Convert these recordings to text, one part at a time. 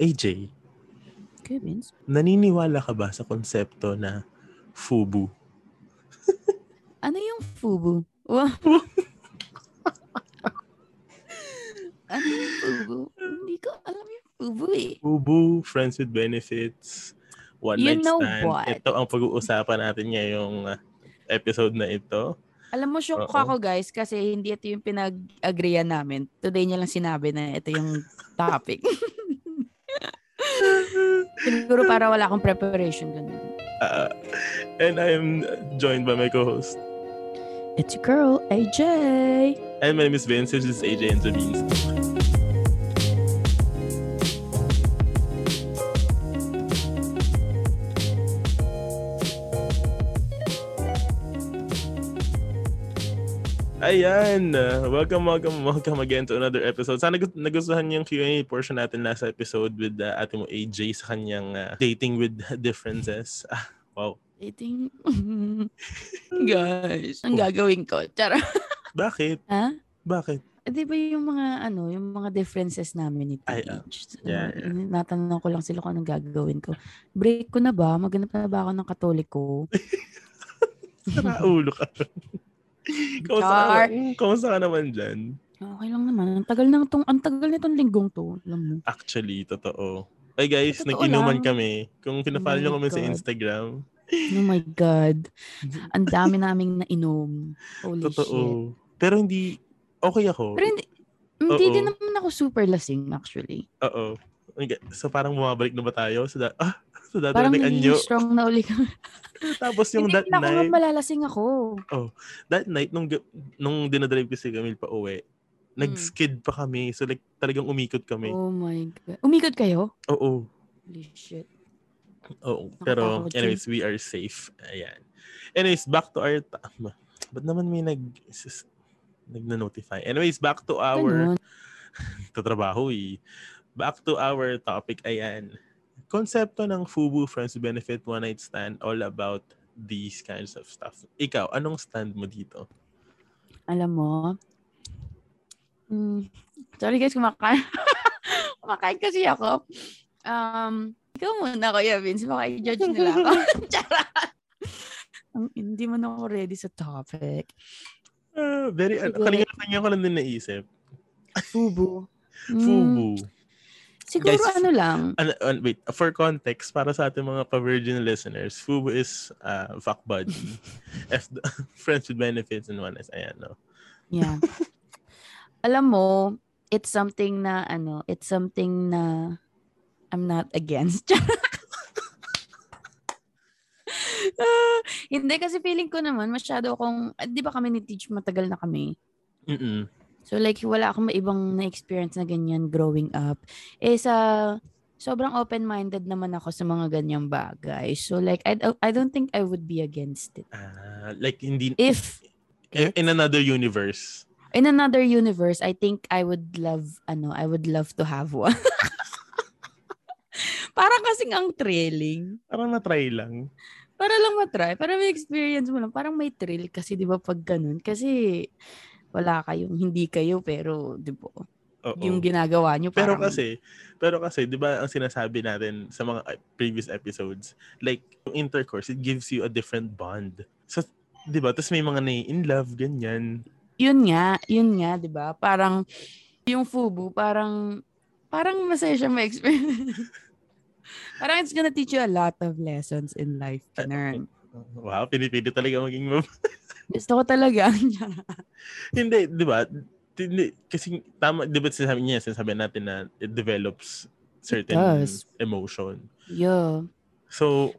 AJ, Okay, Vince. naniniwala ka ba sa konsepto na FUBU? Ano yung FUBU? Wa- ano yung FUBU? Hindi ko alam yung FUBU eh. FUBU, Friends with Benefits, One You Night know Stand. what? Ito ang pag-uusapan natin ngayong uh, episode na ito. Alam mo, shock Oo. ako guys kasi hindi ito yung pinag-agreean namin. Today niya lang sinabi na ito yung topic. Siguro para wala akong preparation ganun. Ah, and I'm joined by my co-host. It's your girl, AJ. And my name is Vince. This is AJ and Sabines. Ayan! uh, Welcome, welcome, welcome again to another episode. Sana gu- nagustuhan yung Q&A portion natin last episode with uh, ate mo AJ sa kanyang uh, dating with differences. Ah, wow. Dating. guys, ang gagawin ko. Tara. Bakit? Ha? Bakit? Eh, Di ba yung mga ano, yung mga differences namin ni Ay, ah, Teach? yeah, Ano, Natanong ko lang sila kung anong gagawin ko. Break ko na ba? Maghanap na ba ako ng katoliko? Tara, ulo ka. Kamusta ka, Char. naman- kamusta ka naman dyan? Okay lang naman. Ang tagal na tong, ang tagal nitong linggong to. Alam mo. Actually, totoo. Ay guys, Totoo nag-inuman lang. Oh kami. Kung pinapalo my nyo kami sa God. Instagram, Oh my God. Ang dami naming nainom. Holy shit. totoo. Pero hindi, okay ako. Pero hindi, hindi Oo. din naman ako super lasing actually. Oo. Okay, So parang bumabalik na ba tayo? So, da- ah, so dati Parang na naging anyo. strong na uli kami. Tapos yung hindi that na ako nga night, malalasing ako. that night, nung, ga- nung dinadrive ko si Camille pa uwi, Hmm. nag-skid pa kami. So like, talagang umikot kami. Oh my God. Umikot kayo? Oo. Holy shit. Oo. Pero Nakatakot yun. anyways, we are safe. Ayan. Anyways, back to our... ta- Ma- Ba't naman may nag... sis- Nagna-notify? Anyways, back to our... Ganun. Tatrabaho eh. Back to our topic. Ayan. Konsepto ng FUBU, Friends with Benefit, One Night Stand, all about these kinds of stuff. Ikaw, anong stand mo dito? Alam mo? Mm, sorry guys, kumakain. kumakain kasi ako. Um, ikaw muna, Kuya Vince. Baka i-judge nila ako. Charot! Ang- hindi man ako ready sa topic. Ah, very... ano, Siguro- kanina, kanina ko lang din naisip. Fubu. Mm, FUBU. siguro Guys, ano lang. Ano- ano, wait, for context, para sa ating mga pa-virgin listeners, FUBU is uh, fuck buddy. F- friends with benefits and one is, ayan, no? Yeah. Alam mo, it's something na ano, it's something na I'm not against. Ah, hindi kasi feeling ko naman masyado akong, ah, di ba kami ni Teach matagal na kami. Mm-mm. So like wala akong ibang na-experience na ganyan growing up. Eh sa sobrang open-minded naman ako sa mga ganyang bagay. So like I, I don't think I would be against it. Ah, like, hindi, If in, in another universe. In another universe, I think I would love, ano, I would love to have one. parang kasing ang thrilling. Parang na-try lang. Para lang matry. Para may experience mo lang. Parang may thrill kasi, di ba, pag ganun. Kasi, wala kayong, hindi kayo, pero, di ba, Oo. yung ginagawa nyo, pero parang, kasi, pero kasi, di ba ang sinasabi natin sa mga uh, previous episodes, like, yung intercourse, it gives you a different bond. So, di ba? Tapos may mga na-in love, ganyan. yun nga, yun nga, di ba, parang, yung FUBU, parang, parang masaya siya may experience. parang it's gonna teach you a lot of lessons in life. Eh, Ganun. Wow, pinipili talaga maging mab- Gusto ko talaga. Hindi, di ba? Hindi, kasi tama, di ba sinasabi niya, sinasabi natin na it develops certain does. emotion. yeah. So,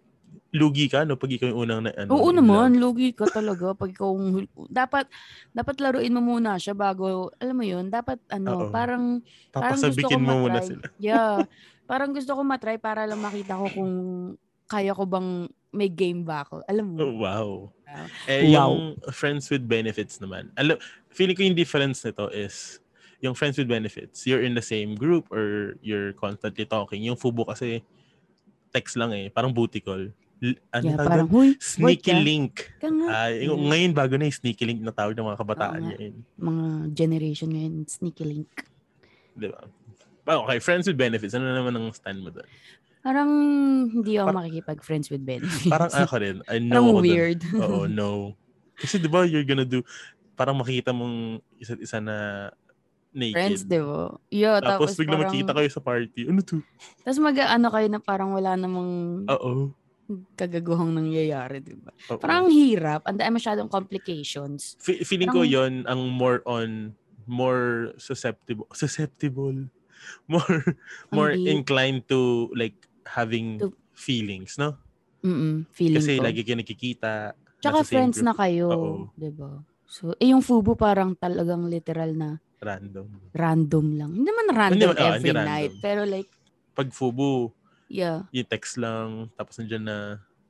lugi ka, no? Pag ikaw yung unang na, ano, Oo in naman, love. lugi ka talaga pag ikaw ang- dapat dapat laruin mo muna siya bago alam mo 'yun, dapat ano, Oo. parang parang gusto ko Papasabikin mo muna matry. sila. yeah, parang gusto ko matry para lang makita ko kung kaya ko bang may game ba ako. Alam mo? Oh, wow. Wow. Eh, Wow. yung friends with benefits naman. Alam, feeling ko yung difference nito is yung friends with benefits, you're in the same group or you're constantly talking. Yung FUBO kasi text lang eh. Parang booty call. L- ano yeah, tawag parang ah. doon? huy, Sneaky ka." link. Ah. ka nga. Ay, Mm. ngayon bago na yung sneaky link na tawag ng mga kabataan Oo nga. ngayon. mga generation ngayon sneaky link. Di ba? Ah, Okay, friends with benefits. Ano naman ang stand mo doon? Parang hindi ako Par- makikipag-friends with benefits. Parang ako rin. I Parang know ako dun. weird. Oo, no. Kasi di ba you're gonna do, parang makikita mong isa't isa na naked. Friends, di ba? Yo, Tapos, tapos, bigla parang, magkita kayo sa party. Ano to? Tapos mag-ano kayo na parang wala namang Oo. kagaguhang nangyayari, di ba? oo. Parang ang hirap. Ang dami masyadong complications. Fe- feeling ko parang- yon ang more on, more susceptible, susceptible, more, more Hindi. inclined to like having To- feelings, no? Mm feeling Kasi ko. lagi kayo nakikita. nasa Tsaka same friends group, na kayo, Oo. di ba? So, eh, yung FUBU parang talagang literal na Random. random lang. Hindi naman random naman- ah, hindi every random. night. Pero like, Pag FUBU, yeah. yung text lang, tapos nandiyan na,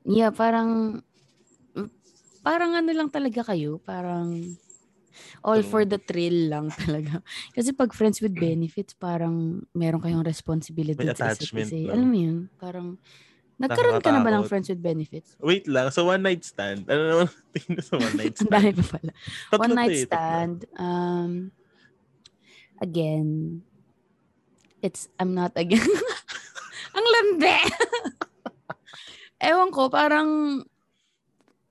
Yeah, parang, mm, parang ano lang talaga kayo. Parang, all True. Mm. for the thrill lang talaga. Kasi pag friends with benefits, parang meron kayong responsibility. May sa isa't attachment, isa. no? Alam mo yun? Parang, nagkaroon ka na ba ng Nakakatakot. friends with benefits? wait lang, sa one night stand, ano naman tingin mo sa one night Ang stand? dami pa pala. Tatlo One to night eh, tatlo. stand. Um, again, it's, I'm not again. Ang lande! ewan ko, parang,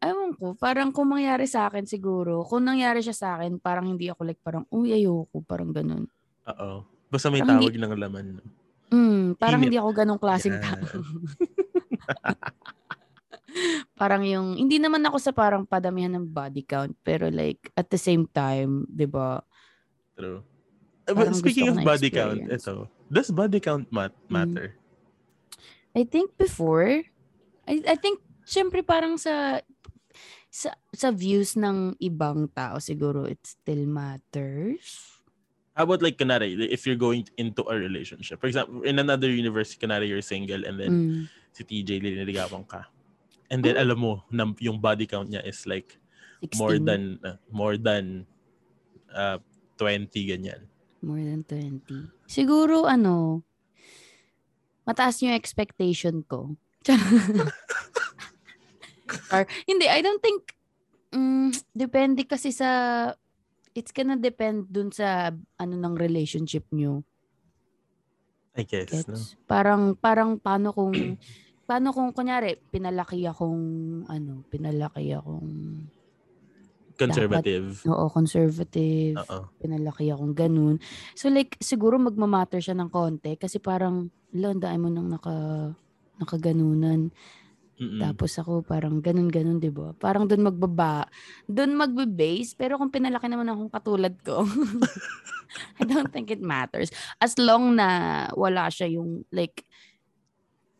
ewan ko, parang kung mangyari sa akin siguro, kung nangyari siya sa akin, parang hindi ako like, parang, uy, ayoko, parang ganun. Oo. Basta may Parang tawag ng laman. Mm, parang Init. hindi ako ganong klaseng Yeah. tao. parang yung, hindi naman ako sa parang padamihan ng body count, pero like, at the same time, di ba, True. Parang But gusto speaking ko of na body count, experience. Hmm. ito. Does body count mat- matter? I think before, I, I think, syempre parang sa, sa, sa views ng ibang tao siguro, it still matters. How about like, kunwari, if you're going into a relationship? For example, in another universe, kunwari you're single and then Mm. si TJ liniligawan ka. And Hmm. then alam mo, na yung body count niya is like 16, more than, uh, more than uh, 20, ganyan. more than 20. Siguro, ano, mataas yung expectation ko. Charot. Or, hindi, I don't think, mm, depende kasi sa, it's gonna depend dun sa, ano, ng relationship nyo. I guess, Gets? no? Parang parang paano kung paano kung kunyari pinalaki akong ano, pinalaki akong Conservative. oo, conservative, Oo. pinalaki akong ganun. So like siguro magmamatter siya ng konti kasi parang lo, ang dami mo nang naka nakaganunan. Mm-mm. Tapos ako parang ganun-ganun, 'di ba? Parang doon magbaba, doon magbe-base, pero kung pinalaki naman akong katulad ko, I don't think it matters. As long na wala siya yung like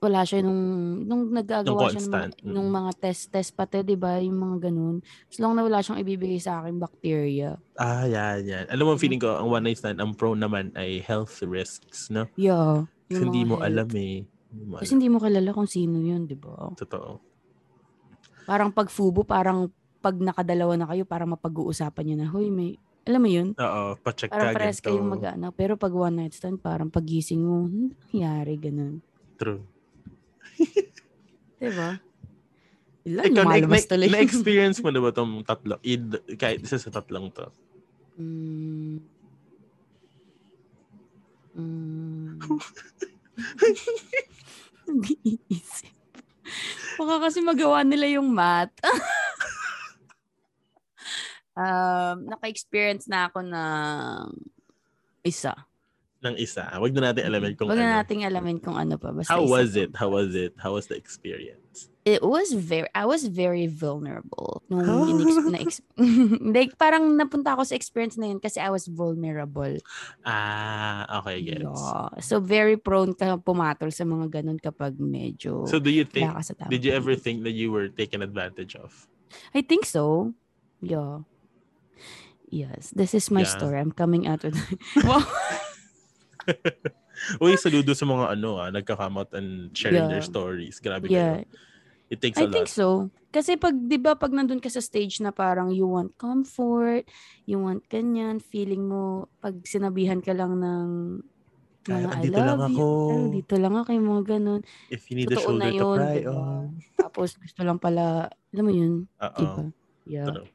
wala siya nung nung nagagawa siya ng mga, constant, mm. nung mga test test pati 'di ba yung mga ganun as long na wala siyang ibibigay sa akin bacteria Ah, yan, yan. Alam mo, feeling ko, ang one night stand, ang pro naman ay health risks, no? yeah Kasi yung hindi mga mo health. alam eh. Hindi mo kasi alam. hindi mo kilala kung sino yun 'di ba Totoo. parang pag fubo parang pag nakadalawa na kayo para mapag-uusapan niyo na hoy may alam mo yun Oo, pacheck Parang ka pares ganito. kayong mag-ano. Pero pag one night stand, parang pagising mo, "Hmm, nangyari ganun. True. Diba? Ilan, Ikaw, na, lumalabas na, tuloy. na-experience mo na ba itong tatlo? Id, kahit isa sa tatlong to. Mm. Mm. Nag-iisip. Baka kasi magawa nila yung math. um, naka-experience na ako ng isa. Ng isa. Huwag na natin alamin kung Huwag ano. na nating alamin kung ano pa. Basta How isa was pa. it? How was it? How was the experience? it was very I was very vulnerable nung Huh? inex- na ex- like parang napunta ako sa experience na yun kasi I was vulnerable. Ah, okay, gets. Yeah. So very prone ka pumatol sa mga ganun kapag medyo So do you think, wala ka sa tama. did you ever think that you were taken advantage of? I think so. Yeah. Yes, this is my Yeah. story. I'm coming out with Uy, saludo sa mga ano ah, nagka-come out and sharing their Yeah. stories. Grabe Yeah, kayo. It takes I a think lot. so. Kasi pag, di ba, pag nandun ka sa stage na parang you want comfort, you want ganyan, feeling mo, pag sinabihan ka lang ng Kaya mga I andito love lang ako. you, kaya dito lang ako, yung mga ganun. If you need a Totoo na shoulder to yun, cry oh. diba? on. Tapos gusto lang pala, alam mo yun, Oo. Diba? di ba? Yeah. True.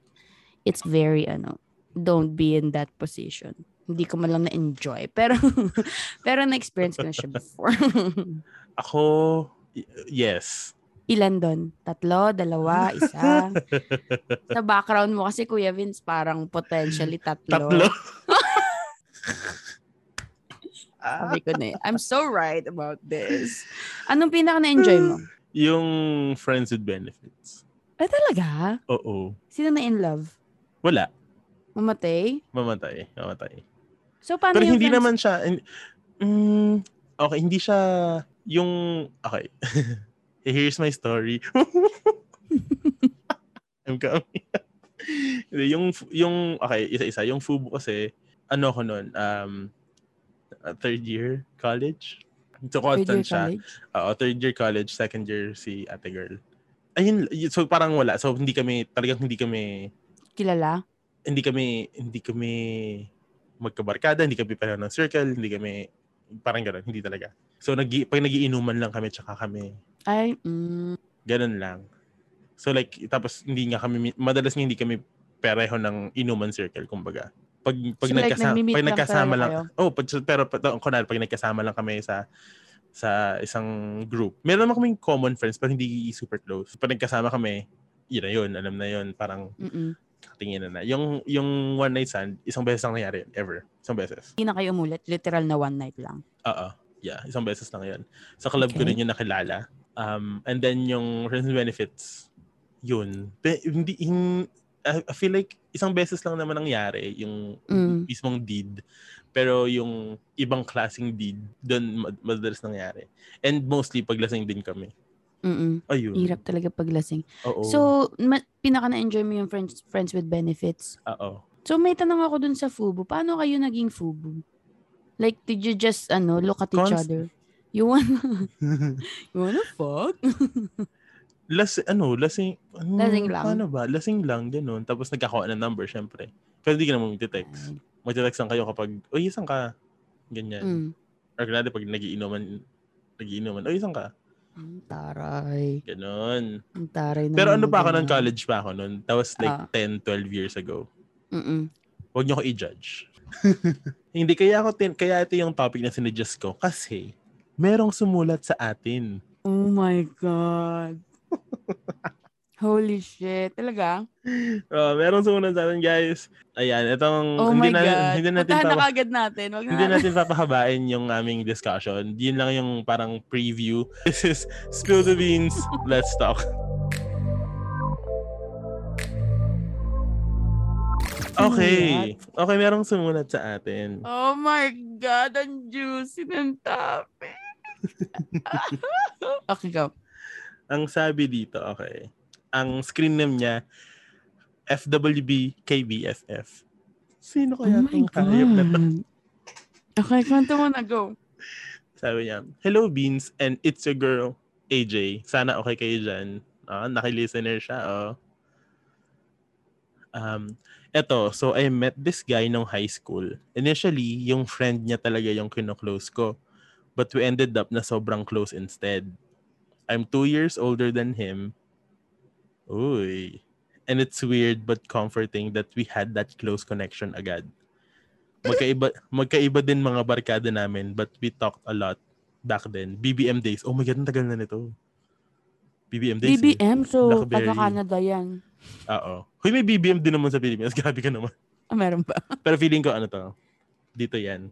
It's very, ano, don't be in that position. hindi ko man lang na-enjoy. Pero, pero na-experience ko na siya before. Ako, y- yes. Ilan doon? Tatlo, dalawa, isa. Sa background mo kasi, Kuya Vince, parang potentially tatlo. Tatlo. Sabi ko na, eh, I'm so right about this. Anong pinaka na-enjoy mo? Yung friends with benefits. Ah, talaga? Oo. Sino na in love? Wala. Mamatay? Mamatay. Mamatay. So, paano Pero Ano yung hindi friends- naman siya... hin- Mm, okay, hindi siya yung... Okay. Here's my story. I'm coming. Hindi, yung, yung... Okay, isa-isa. Yung FUBU kasi, ano ko nun, um, uh, third year college? So, Third year constant siya. college? Oo, third year college, second year si ate girl. Ayun, y- so parang wala. So, hindi kami, talagang hindi kami, Kilala? hindi kami, hindi kami magkabarkada, hindi kami pareho ng circle, hindi kami, parang gano'n, hindi talaga. So, nag pag nagiinuman lang kami, tsaka kami, Ay, mm, ganun lang. So, like, tapos hindi nga kami, madalas nga hindi kami pareho ng inuman circle, kumbaga. Pag, pag, So, like, nagkasa- nagmi-meet pag lang nagkasama talaga lang, oh, pag, pero pa- kunwari, pag nagkasama lang kami sa sa isang group. Meron naman kaming common friends pero hindi super close. Pag nagkasama kami, yun na yun, alam na yun, parang mm tingin na na. Yung, yung one night stand, isang beses lang nangyari yun, ever. Isang beses. Hindi na kayo umulit. Literal na one night lang. Oo. Yeah, isang beses lang yun. Sa club ko Okay. rin yung nakilala. Um, and then yung friends and benefits, yun. Pe- hindi, hin- I I feel like isang beses lang naman nangyari yung Mm. mismong deed. Pero yung ibang klaseng deed, doon mad- madalas nangyari. And mostly paglasing din kami. Mm-mm. Ayun. Hirap talaga paglasing. Oo. So, ma- pinaka na-enjoy mo yung friends, friends with benefits. Oo. So, may tanong ako dun sa FUBU. Paano kayo naging FUBU? Like, did you just, ano, look at each Const- other? You wanna, you wanna fuck? Las, ano, lasing, ano, Lasing lang. Paano ba? Lasing lang, ganun. Tapos nagkakuha ng number, syempre. Pero hindi ka naman magte-text. Mm. Magte-text lang kayo kapag, uy, isang ka. Ganyan. Mm. Or kunwari pag nagiinuman, nagiinuman, uy, isang ka. Ang taray. Ganun. Ang taray. Pero naman ano pa ng ako ganyan. nun, college pa ako nun. That was like Mm, Ah. 10, 12 years ago. Mm-mm. Huwag niyo ko i-judge. Hindi, kaya, ako tin- kaya ito yung topic na sinadjust ko. Kasi, merong sumulat sa atin. Oh my God. Holy shit. Talaga? Uh, merong sumulat sa atin, guys. Ayan, itong... Oh Mm, hindi my na- God. Hindi natin Puntahan pa- na kagad natin. Wag na Hindi natin. natin papahabain yung aming discussion. Yun lang yung parang preview. This is Spill the Beans. Let's talk. Okay. Okay, merong sumulat sa atin. Oh my God. Ang juicy ng topic. okay, go. Ang sabi dito, okay. Ang screen name niya, FWB KBFF. Sino Oh kaya itong hayop na to? Okay, kwento mo na. Go. Sabi niya, Hello Beans and it's your girl, AJ. Sana okay kayo dyan. Ah, nakilistener siya, oh. Um, eto, so I met this guy nung high school. Initially, yung friend niya talaga yung kino-close ko. But we ended up na sobrang close instead. I'm two years older than him. Uy. And it's weird but comforting that we had that close connection agad. Magkaiba, magkaiba din mga barkada namin but we talked a lot back then. BBM days. Oh my God, ang tagal na nito. BBM days. eh. BBM, so Blackberry. taga-Canada yan. Oo. Hoy, may BBM din naman sa Pilipinas. Grabe ka naman. Ah, meron ba? Pero feeling ko, ano to? Dito yan.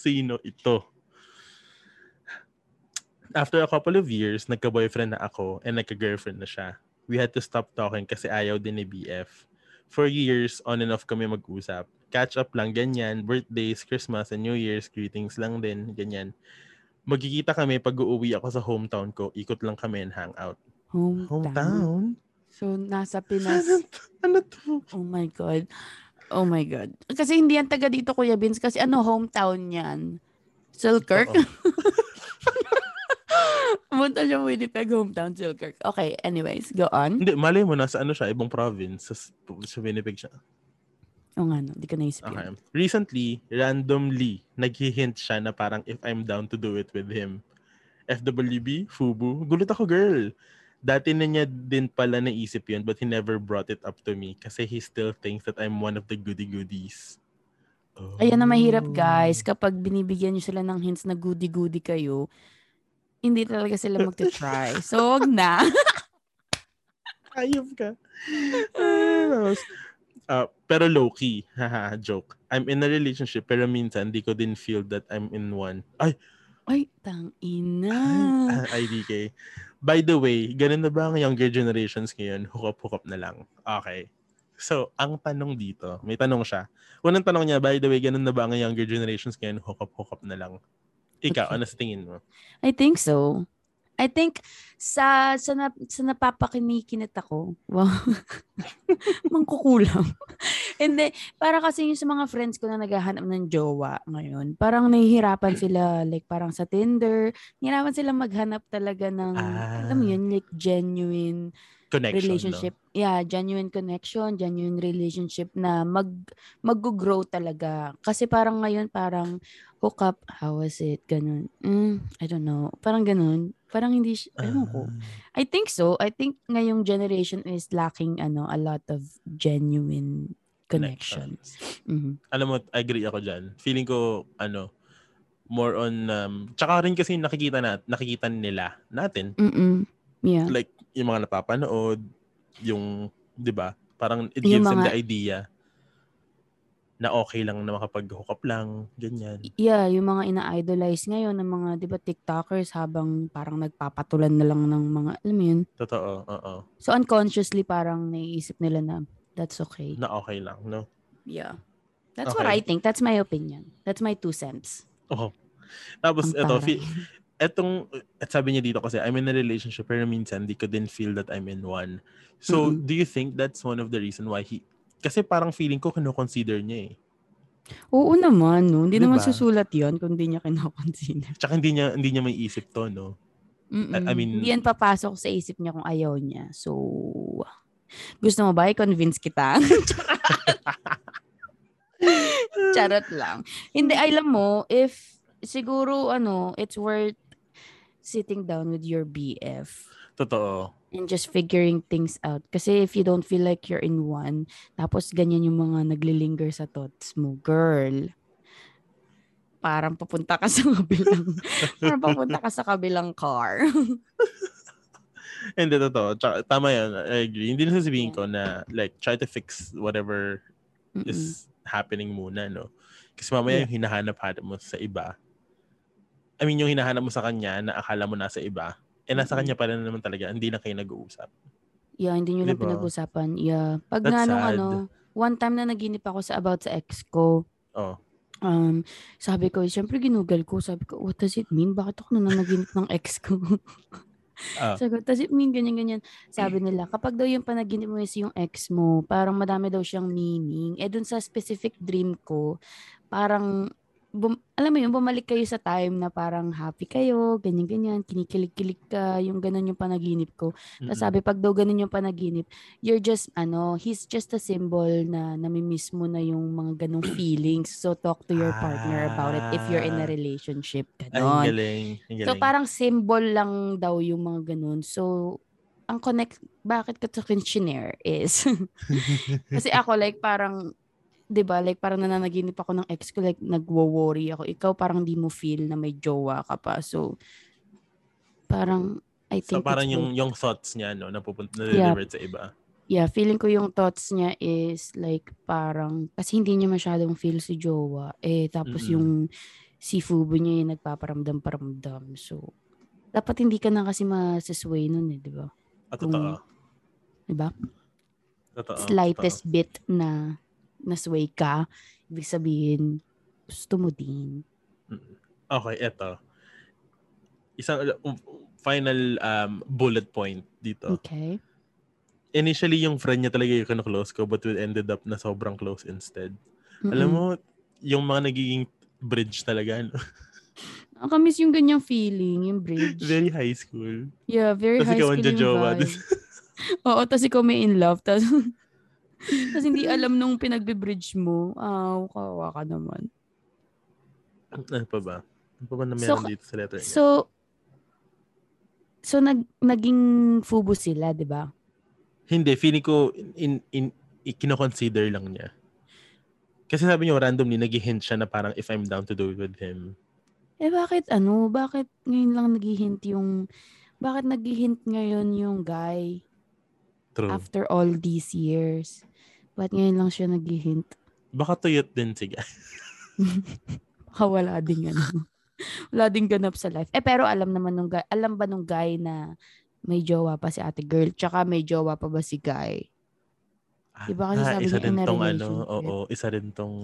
Sino ito? After a couple of years, nagka-boyfriend na ako and nagka-girlfriend na siya. We had to stop talking kasi ayaw din ni BF. For years, on and off kami mag-usap. Catch up lang, ganyan. Birthdays, Christmas, and New Year's, greetings lang din, ganyan. Magkikita kami pag uuwi ako sa hometown ko. Ikot lang kami and hang out. Hometown. Hometown? So, nasa Pinas. Ano to? Ano to? Oh my God. Oh my God. Kasi hindi yan taga dito, Kuya Vince. Kasi ano, hometown yan. Selkirk? Oo. Pumunta siya Winnipeg, hometown, Selkirk. Okay, anyways, go on. Hindi, malay mo, nasa ano siya, ibang province. Sa, sa Winnipeg siya. O Oh, nga, no, di ko naisip Okay. yun. Recently, randomly, naghihint siya na parang if I'm down to do it with him. FWB, FUBU, gulat ako girl. Dati na niya din pala naisip yun but he never brought it up to me kasi he still thinks that I'm one of the goody-goodies. Oh. Ayan na mahirap guys, kapag binibigyan nyo sila ng hints na goody-goody kayo, hindi talaga sila magte-try. So, wag na. Ayop ka. Ah, Ah, pero low-key. Haha, joke. I'm in a relationship pero minsan di ko din feel that I'm in one. Ay, Ay, tang ina. ah, IDK. By the way, ganun na ba ang younger generations ngayon? Hookup-hookup na lang. Okay. So, ang tanong dito, may tanong siya. Unang tanong niya, by the way, ganun na ba ang younger generations ngayon? Hookup-hookup na lang. Ikaw, Okay. ano sa tingin mo? I think so. I think sa sa, na, sa napapakinikinit ako, wow, mangkukulam. Hindi, para kasi yung sa mga friends ko na naghahanap ng jowa ngayon, parang nahihirapan sila, like parang sa Tinder, nahihirapan sila maghanap talaga ng, Ah. alam mo yun, like genuine Connection, relationship. Yeah, genuine connection, genuine relationship na mag mag-grow talaga. Kasi parang ngayon parang hook up, how was it? Ganun. Mm, I don't know. Parang ganun. Parang hindi siya, No? alam ko. I think so. I think ngayong generation is lacking ano a lot of genuine connection. connections. Mhm. alam mo, agree ako dyan. Feeling ko, ano, more on, um, tsaka rin kasi nakikita na, nakikita nila natin. Mm-mm. Yeah. Like, yung mga napapanood, yung, di ba, parang it Yung gives them mga- the idea na okay lang na makapag-hook up lang, ganyan. Yeah, yung mga ina-idolize ngayon ng mga 'di ba TikTokers habang parang nagpapatulan na lang ng mga alam mo yun, Totoo, oo. So unconsciously parang naiisip nila na that's okay. Na okay lang, no? Yeah. That's what Okay. I think. That's my opinion. That's my two cents. Tapos, Ang eto, taray. fi- etong, at sabi niya dito kasi, I'm in a relationship, pero minsan, di ko din feel that I'm in one. So, Mm-mm. do you think that's one of the reason why he, kasi parang feeling ko, kinoconsider niya eh. Oo naman, no? Hindi naman Diba? susulat yon kung di niya kinoconsider. Tsaka hindi niya hindi niya may isip to, no? Mm-mm. I mean- Hindi yan papasok sa isip niya kung ayaw niya. So, gusto mo ba i-convince kita? Charot lang. Hindi, alam mo, if siguro, ano, it's worth sitting down with your BF Totoo. and just figuring things out. Kasi if you don't feel like you're in one, tapos ganyan yung mga naglilinger sa thoughts mo, girl, parang papunta ka sa kabilang, parang papunta ka sa kabilang car. Hindi totoo. Tsaka, tama 'yan. I agree. Hindi na sasabihin ko na like try to fix whatever Mm-mm. is happening muna, no? Kasi mamaya Yeah. yung hinahanap-hanap mo sa iba. I mean, yung hinahanap mo sa kanya na akala mo nasa iba, eh nasa Mm-mm. kanya pala na naman talaga. Hindi na kayo nag-uusap. Yeah, hindi nyo lang Diba? pinag-usapan. Yeah. Pag That's nga nung sad. ano, one time na naginip ako sa about sa ex ko, Oh. um, sabi ko, syempre ginugal ko, sabi ko, what does it mean? Bakit ako nananaginip ng ex ko? Ah. Sabi ko, does it mean ganyan, ganyan? Sabi nila, kapag daw yung panaginip mo is yung ex mo, parang madami daw siyang meaning. Eh, dun sa specific dream ko, parang, bum- alam mo yun, bumalik kayo sa time na parang happy kayo, ganyan, ganyan, kinikilig-kilig ka, yung ganun yung panaginip ko. Tapos Mm-mm. sabi, pag daw ganun yung panaginip, you're just, ano, he's just a symbol na namimiss mo na yung mga ganung feelings. So, talk to your partner about it if you're in a Ah. relationship. Ay, ang Ganon. galing. Ang galing. So parang symbol lang daw yung mga ganun. So ang connect bakit ka to questionnaire is kasi ako like parang 'di ba like parang nananaginip ako ng ex ko like nagwo-worry ako. Ikaw parang di mo feel na may jowa ka pa. So parang I so think parang it's yung yung thoughts niya no napupunta na Yeah. delivered sa iba. Yeah, feeling ko yung thoughts niya is like parang kasi hindi niya masyadong feel si Jowa. Eh tapos Mm-mm. yung si Fubo niya yung nagpaparamdam-paramdam. So dapat hindi ka na kasi masisway nun eh, 'di ba? At Kung- Ah, totoo. Di ba? Totoo. Slightest bit na nasway ka, ibig sabihin gusto mo din. Okay, eto. Isang uh, final um, bullet point dito. Okay. Initially, yung friend niya talaga yung kinu-close ko but we ended up na sobrang close instead. Mm-mm. Alam mo, yung mga nagiging bridge talaga. no? Nakakamiss yung ganyang feeling, yung bridge. Very high school. yeah, very Tapos high ikaw school ang yung jojowa. vibe. Oo, tapos ikaw may in love. Tapos, tapos hindi alam nung pinagbe-bridge mo. Ah, kawawa ka naman. ano pa ba? Ano pa ba na So, meron dito sa letter niya? So, so nag, naging fubo sila, di ba? Hindi, feeling ko in, in, in, i- kinoconsider lang niya. Kasi sabi niyo randomly nag-hint siya na parang if I'm down to do it with him. Eh bakit ano? Bakit ngayon lang naghihint yung... Bakit naghihint ngayon yung guy True. after all these years? Ba't ngayon lang siya naghihint? Baka tuyot din si guy. Baka wala ding ano. wala ding ganap sa life. Eh pero alam naman nung guy, alam ba nung guy na may jowa pa si ate girl tsaka may jowa pa ba si guy? Di ba kasi sabi isa niya, rin in a tong ano, relationship. oo, isa rin tong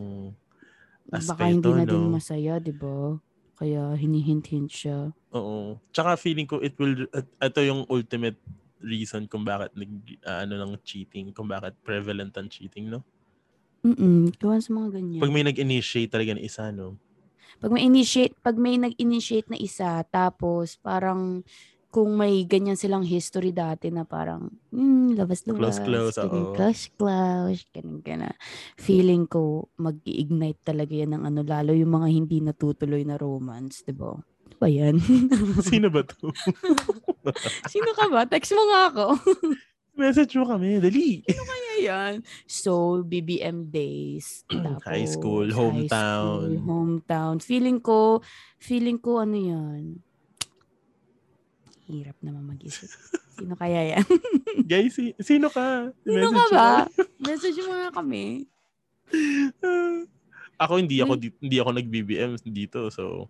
Baka Aspeto, hindi na din no? masaya, 'di ba? Kaya hinihint-hint siya. oo. Tsaka feeling ko it will at- ito yung ultimate reason kung bakit nag ah, ano ng cheating, kung bakit prevalent ang cheating, no? Mm. Gawan sa mga ganyan. Pag may nag-initiate talaga ng isa, no? pag may initiate, pag may nag-initiate na isa, tapos parang kung may ganyan silang history dati na parang mm, labas Close, labas close, oo. close close ganun ganun feeling ko mag-ignite talaga yan ng ano lalo yung mga hindi natutuloy na romance di ba Ano ba yan Sino ba to? sino ka ba text mo nga ako Message mo kami, dali. Ayan. So, BBM days. Tapos, Mm, High school, high hometown. school, hometown. Feeling ko, feeling ko ano yan. Hirap naman mag-isip. Sino kaya yan? Guys, si- sino ka? Sino ka Message ba? mo. Message mo nga kami. ako hindi ako di- hindi ako nag-BBM dito, so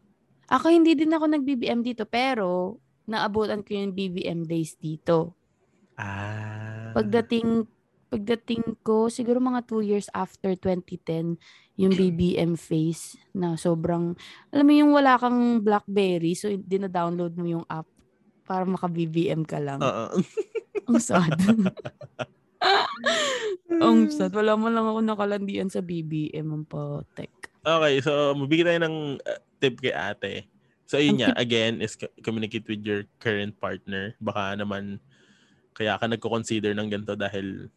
Ako hindi din ako nag-BBM dito, pero naabutan ko yung BBM days dito. ah. Pagdating pagdating ko, siguro mga two years after 2010, yung BBM phase na sobrang, alam mo yung wala kang Blackberry, so dina-download mo yung app para maka-BBM ka lang. Oo. Ang sad. Ang sad. Wala mo lang ako nakalandian sa BBM ang potek. Okay, so magbigay tayo ng uh, tip kay ate. So, ayun nga, Ang again, is co- communicate with your current partner. Baka naman, kaya ka nagko-consider ng ganito dahil,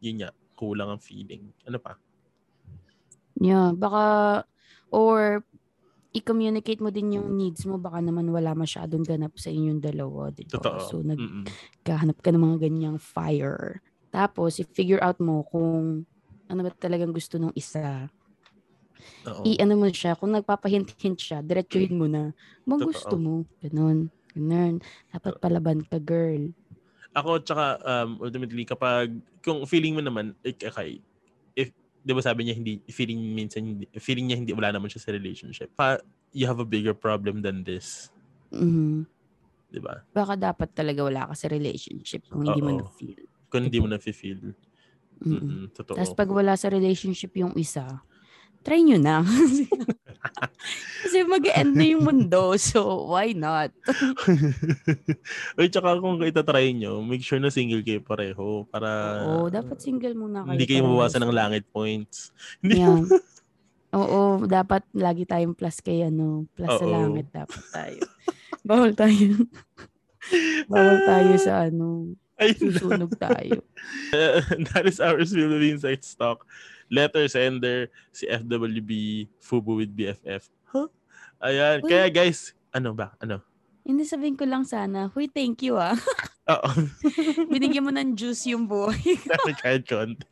yun nga, kulang ang feeling. Ano pa? Yeah, baka, or i-communicate mo din yung needs mo, baka naman wala masyadong ganap sa inyong dalawa. di ba? Totoo. Oh, So, nag, Mm-mm. kahanap ka ng mga ganyang fire. Tapos, i-figure out mo kung ano ba talagang gusto ng isa. Oo. I-ano mo siya, kung nagpapahint-hint siya, diretsuhin mo na. Bang Totoo. gusto mo? Ganun. Ganun. Dapat palaban ka, girl. Ako, tsaka, um, ultimately, kapag, kung feeling mo naman, ik- okay, if, di ba sabi niya, hindi, feeling minsan, hindi, feeling niya, hindi, wala naman siya sa relationship. Pa, you have a bigger problem than this. Mhm. Di ba? Baka dapat talaga wala ka sa relationship kung hindi Oo. mo na-feel. Kung hindi mo na-feel. Mm-mm. Mm-mm. Totoo. Tapos pag wala sa relationship yung isa, try nyo na. Kasi mag-end na yung mundo, so why not? Uy, tsaka kung itatry nyo, make sure na single kayo pareho para Oo, dapat single muna kayo. Ah, hindi kayo para mabawasan mas- ng langit points. Yeah. Oo, dapat lagi tayong plus kay ano, plus sa Oo. langit dapat tayo. Bawal tayo. Bawal tayo Ah. sa ano, Ayun lang. susunog tayo. That is our Philippines Insights Talk. Letter sender, si FWB, Fubu with BFF. Huh? Ayan. Uy. Kaya guys, ano ba? Ano? Hindi sabihin ko lang sana, huy, thank you ah. Oo. Binigyan mo ng juice yung buhay. Kahit konti.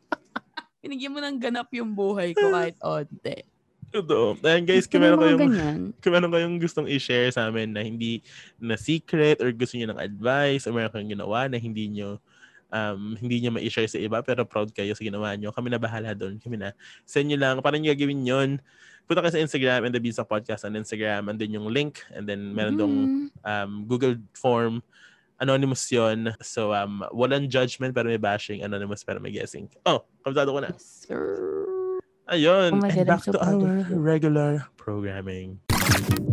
Binigyan mo ng ganap yung buhay ko kahit onte. Totoo. Ayan guys, kung meron Pero Ano mga kayong ganyan. kung meron kayong gustong i-share sa amin na hindi na secret or gusto niyo ng advice or meron kayong ginawa na hindi niyo um, hindi niyo ma-share sa iba pero proud kayo sa ginawa niyo, kami na bahala doon. Kami na. Send niyo lang. Paano niyo gagawin yon Punta kayo sa Instagram and the Bisa Podcast on Instagram and then yung link and then meron dong Mm. um, Google form. Anonymous yon So, um, walang judgment pero may bashing. Anonymous pero may guessing. Oh, kabisado ko na. Yes, sir. Ayun. Oh my and God, I'm back so to proud of our you. regular programming.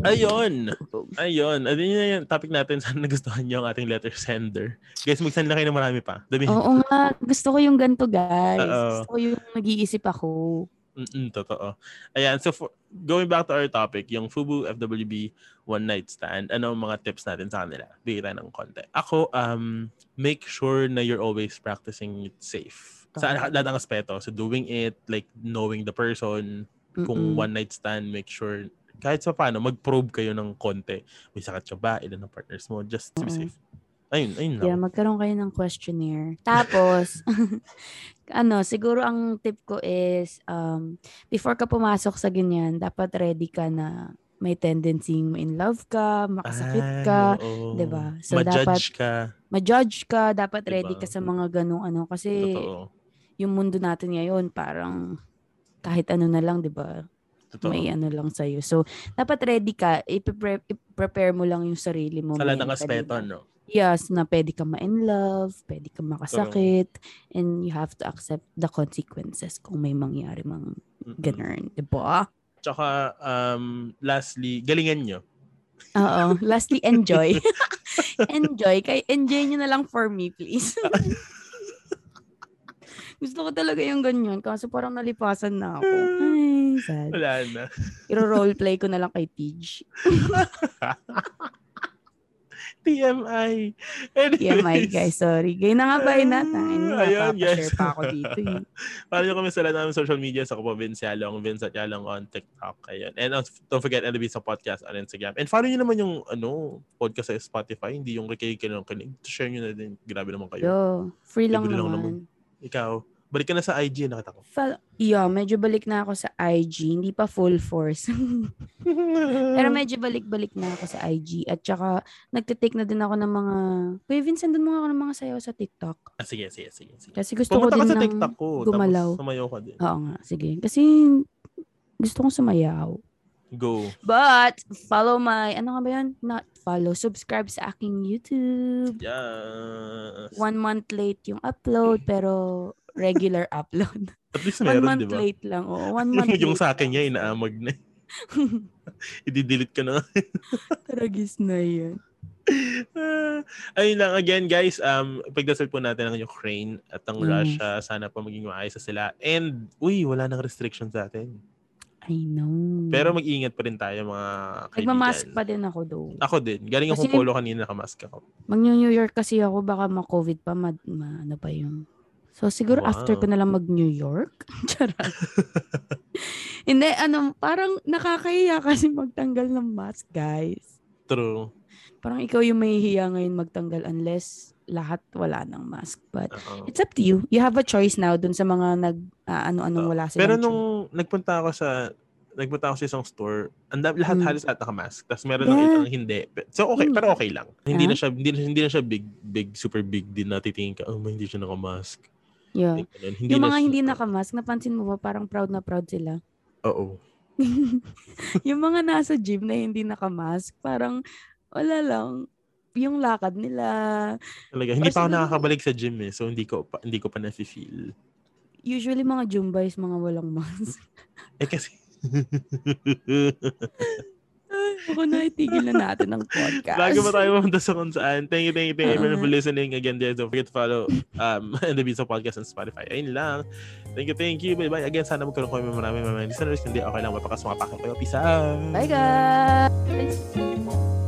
Ayun. Ayun. At yun na yung topic natin. Sana nagustuhan nyo ang ating letter sender. Guys, mag-send na kayo ng marami pa. Damihan. Oo nga, gusto ko yung ganito guys. Oo. Gusto ko yung nag-iisip ako. Mm-mm, totoo. Ayan. So, for, going back to our topic, yung FUBU FWB One Night Stand, ano ang mga tips natin sa kanila? Bigay tayo ng konti. Ako, um, make sure na you're always practicing it safe. Sa Tama. lahat lahat ng aspeto. So, doing it, like knowing the person, kung Mm-mm. one night stand, make sure kahit sa paano, mag-probe kayo ng konti. May sakit ka ba? Ilan ang partners mo? Just to be Mm-mm. safe. Ayun, ayun lang. Yeah, magkaroon kayo ng questionnaire. Tapos, ano, siguro ang tip ko is, um, before ka pumasok sa ganyan, dapat ready ka na may tendency in love Ah, ka, makasakit ka, oo. 'di ba? So, Ma-judge ka. ma-judge ka, dapat Diba? ready ka sa mga ganong ano. Kasi Totoo. yung mundo natin ngayon, parang kahit ano na lang, di ba? Totoo. May ano lang sa'yo. So, dapat ready ka. Ipipre- Iprepare mo lang yung sarili mo. Sa lahat ng mentally. aspeto, no? Yes, na pwede ka ma-in love, pwede ka makasakit, and you have to accept the consequences kung may mangyari mang Mm-mm. ganun, di ba? Mm. Tsaka, um, lastly, galingan nyo. Oo. Lastly, enjoy. enjoy. Kay enjoy nyo na lang for me, please. Gusto ko talaga yung ganyan. Kaso parang nalipasan na ako. Ay, sad. Wala na. Iro-roleplay ko na lang kay Tej. TMI. Anyways, TMI, guys. Sorry. Gay na nga ba eh, na? Tangin mo, Ayun, napapashare guys. pa ako dito. Eh. Follow nyo kami sa lahat ng social media. Sa ko po, Vince Yalong. Vince at Yalong on TikTok. Ayun. And uh, don't forget, LB sa podcast on Instagram. And follow nyo naman yung ano, podcast sa Spotify. Hindi yung kikinig. Share nyo na din. Grabe naman kayo. Yo, free lang Libre lang naman. Ikaw, balik ka na sa IG. Nakita ko. Fal- yeah, medyo balik na ako sa IG. Hindi pa full force. Pero medyo balik-balik na ako sa IG. At saka, nagtitake na din ako ng mga... Kuya Vince, sandun mo nga ako ng mga sayaw sa TikTok. ah, sige, sige, sige. sige. Kasi gusto Pumunta ko ka din sa ng... TikTok ko. gumalaw. Tapos sumayaw ka din. Oo nga, sige. Kasi gusto kong sumayaw. Go. But, follow my... Ano nga ba yun? Not follow. Subscribe sa aking YouTube. Yes. One month late yung upload, pero regular upload. At least one meron, month di ba? late lang. Oo, one month yung late sa akin lang. niya, inaamag na. I-delete ko na. Karagis na yun. Ah, Ayun lang. Again, guys, um, pagdasal po natin ang Ukraine at ang Yes. Russia. Sana po maging maayos sa sila. And, uy, wala nang restrictions sa atin. I know. Pero mag-iingat pa rin tayo, mga kaibigan. Nagmamask pa din ako though. Ako din. Galing akong Kasi- polo kanina, nakamask ako. Mag-New York kasi ako, baka ma-COVID pa, ma, ma- ano pa yun. So, siguro Wow. after ko na lang mag-New York. Charot. Hindi, ano, parang nakakahiya kasi magtanggal ng mask, guys. True. Parang ikaw yung may hiya ngayon magtanggal unless lahat wala ng mask. But Oo. it's up to you. You have a choice now dun sa mga nag, ah, ano-anong wala silang Pero choice. nung nagpunta ako sa nagpunta ako sa isang store, and lahat Mm. halos lahat nakamask. Tapos meron ng Yeah. ilang hindi. So okay, Mm. pero okay lang. Hindi Yeah. na siya hindi na, hindi na siya big big super big din natitingin ka. Oh, may hindi siya nakamask. Yeah. Like, ganun. Hindi Ah. na Yung mga siya- hindi nakamask, napansin mo ba parang proud na proud sila? Oo. yung mga nasa gym na hindi nakamask, parang wala lang yung lakad nila. Talaga hindi pa ako Personally- nakakabalik sa gym eh. So hindi ko pa, hindi ko pa na-feel. Usually mga Zumba is mga walang mask. Eh kasi Ay, ako na itigil na natin ang podcast. Bago pa tayo pumunta sa kung saan, thank you, thank you, thank you Oo everyone nga. for listening. Again, guys, don't forget to follow um, the Bisa Podcast on Spotify. Ayun lang. Thank you, thank you. Bye-bye. Again, sana magkaroon kayo ng maraming maraming listeners. Hindi, okay lang. Mapakas mga pakit kayo. Peace out. Bye guys!